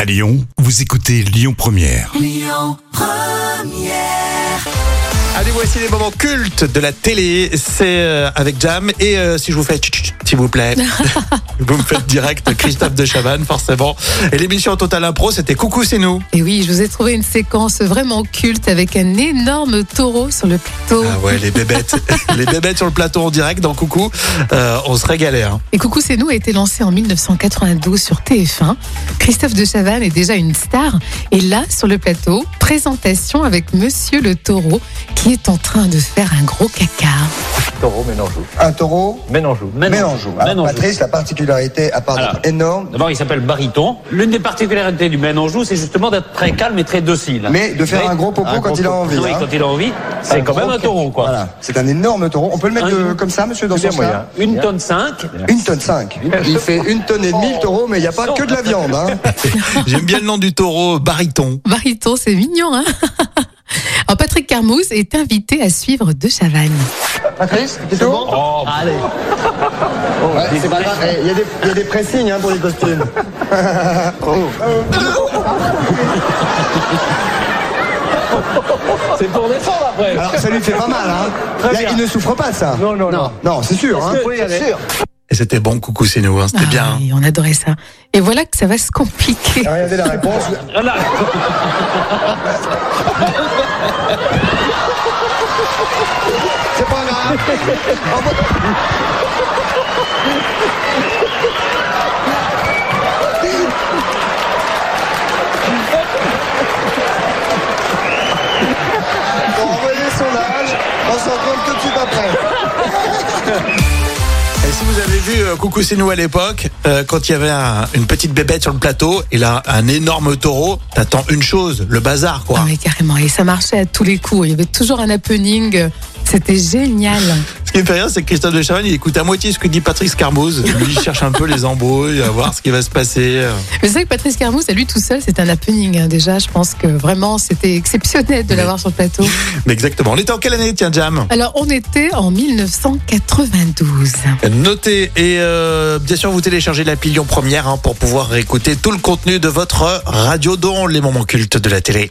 À Lyon, vous écoutez Lyon Première. Allez, voici les moments cultes de la télé. C'est euh, avec Jam. Et euh, si je vous fais tch, tch, tch, s'il vous plaît, vous me faites direct Christophe de Chavannes, forcément. Et l'émission Total Impro, c'était Coucou, c'est nous. Et oui, je vous ai trouvé une séquence vraiment culte avec un énorme taureau sur le plateau. Ah ouais, les bébêtes. les bébêtes sur le plateau en direct dans Coucou. Euh, on se régalait. hein. Et Coucou c'est nous a été lancé en 1992 sur TF1. Christophe de Chavannes est déjà une star. Et là, sur le plateau, présentation avec Monsieur le taureau qui est en train de faire un gros caca. Taureau, Ménanjou. Un taureau Ménanjou. Ménanjou. Alors, Ménanjou. Patrice, la particularité, à part Alors. d'être énorme, D'abord, il s'appelle Bariton. L'une des particularités du Ménanjou, c'est justement d'être très calme et très docile. mais de faire Mais un gros popo quand gros il a popo. envie. Oui, hein. quand il a envie, c'est quand même un taureau, quoi. Voilà. C'est un énorme taureau. On peut le mettre Un- euh, comme ça, monsieur, dans C'est son bien moyen. sein Une tonne 5. Une tonne cinq. Il fait une tonne et demie le taureau, mais il n'y a pas que de la viande. Hein. J'aime bien le nom du taureau, Bariton. Bariton, c'est mignon, hein Alors, Patrick Carmouze est invité à suivre de Chavannes. Patrice, c'est Oh, allez. c'est pas grave. Eh, Il y, a des- il y a des pressings hein, pour les costumes. C'est pour défendre après. Alors ça lui fait pas mal. Hein. Là, bien. il ne souffre pas ça. Non, non, non. Non, c'est sûr. Hein. C'est sûr. Et c'était bon, Coucou, c'est nous. hein. C'était Ah bien. hein. oui, on adorait ça. Et voilà que ça va se compliquer. Regardez la réponse. Voilà. C'est pas grave. On va- On revenait son âge, on s'en compte tout de suite après. Et si vous avez vu euh, Coucou c'est nous à l'époque, euh, quand il y avait un- une petite bébête sur le plateau et là un énorme taureau, t'attends une chose, le bazar quoi. Non, Ah, mais carrément. Et ça marchait à tous les coups. Il y avait toujours un happening. C'était génial. Ce qui me fait rire, c'est que Christophe de Chavannes, il écoute à moitié ce que dit Patrick Carmouze. Lui, il cherche un peu les embrouilles, à voir ce qui va se passer. Mais c'est vrai que Patrice Carmouze, à lui tout seul, c'est un happening. hein. Déjà, je pense que vraiment, c'était exceptionnel de l'avoir sur le plateau. Mais exactement. On était en quelle année, tiens, Jam Alors, on était en 1992. Notez et euh, bien sûr, vous téléchargez l'appli Lyon Première hein, pour pouvoir écouter tout le contenu de votre radio, dont les moments cultes de la télé.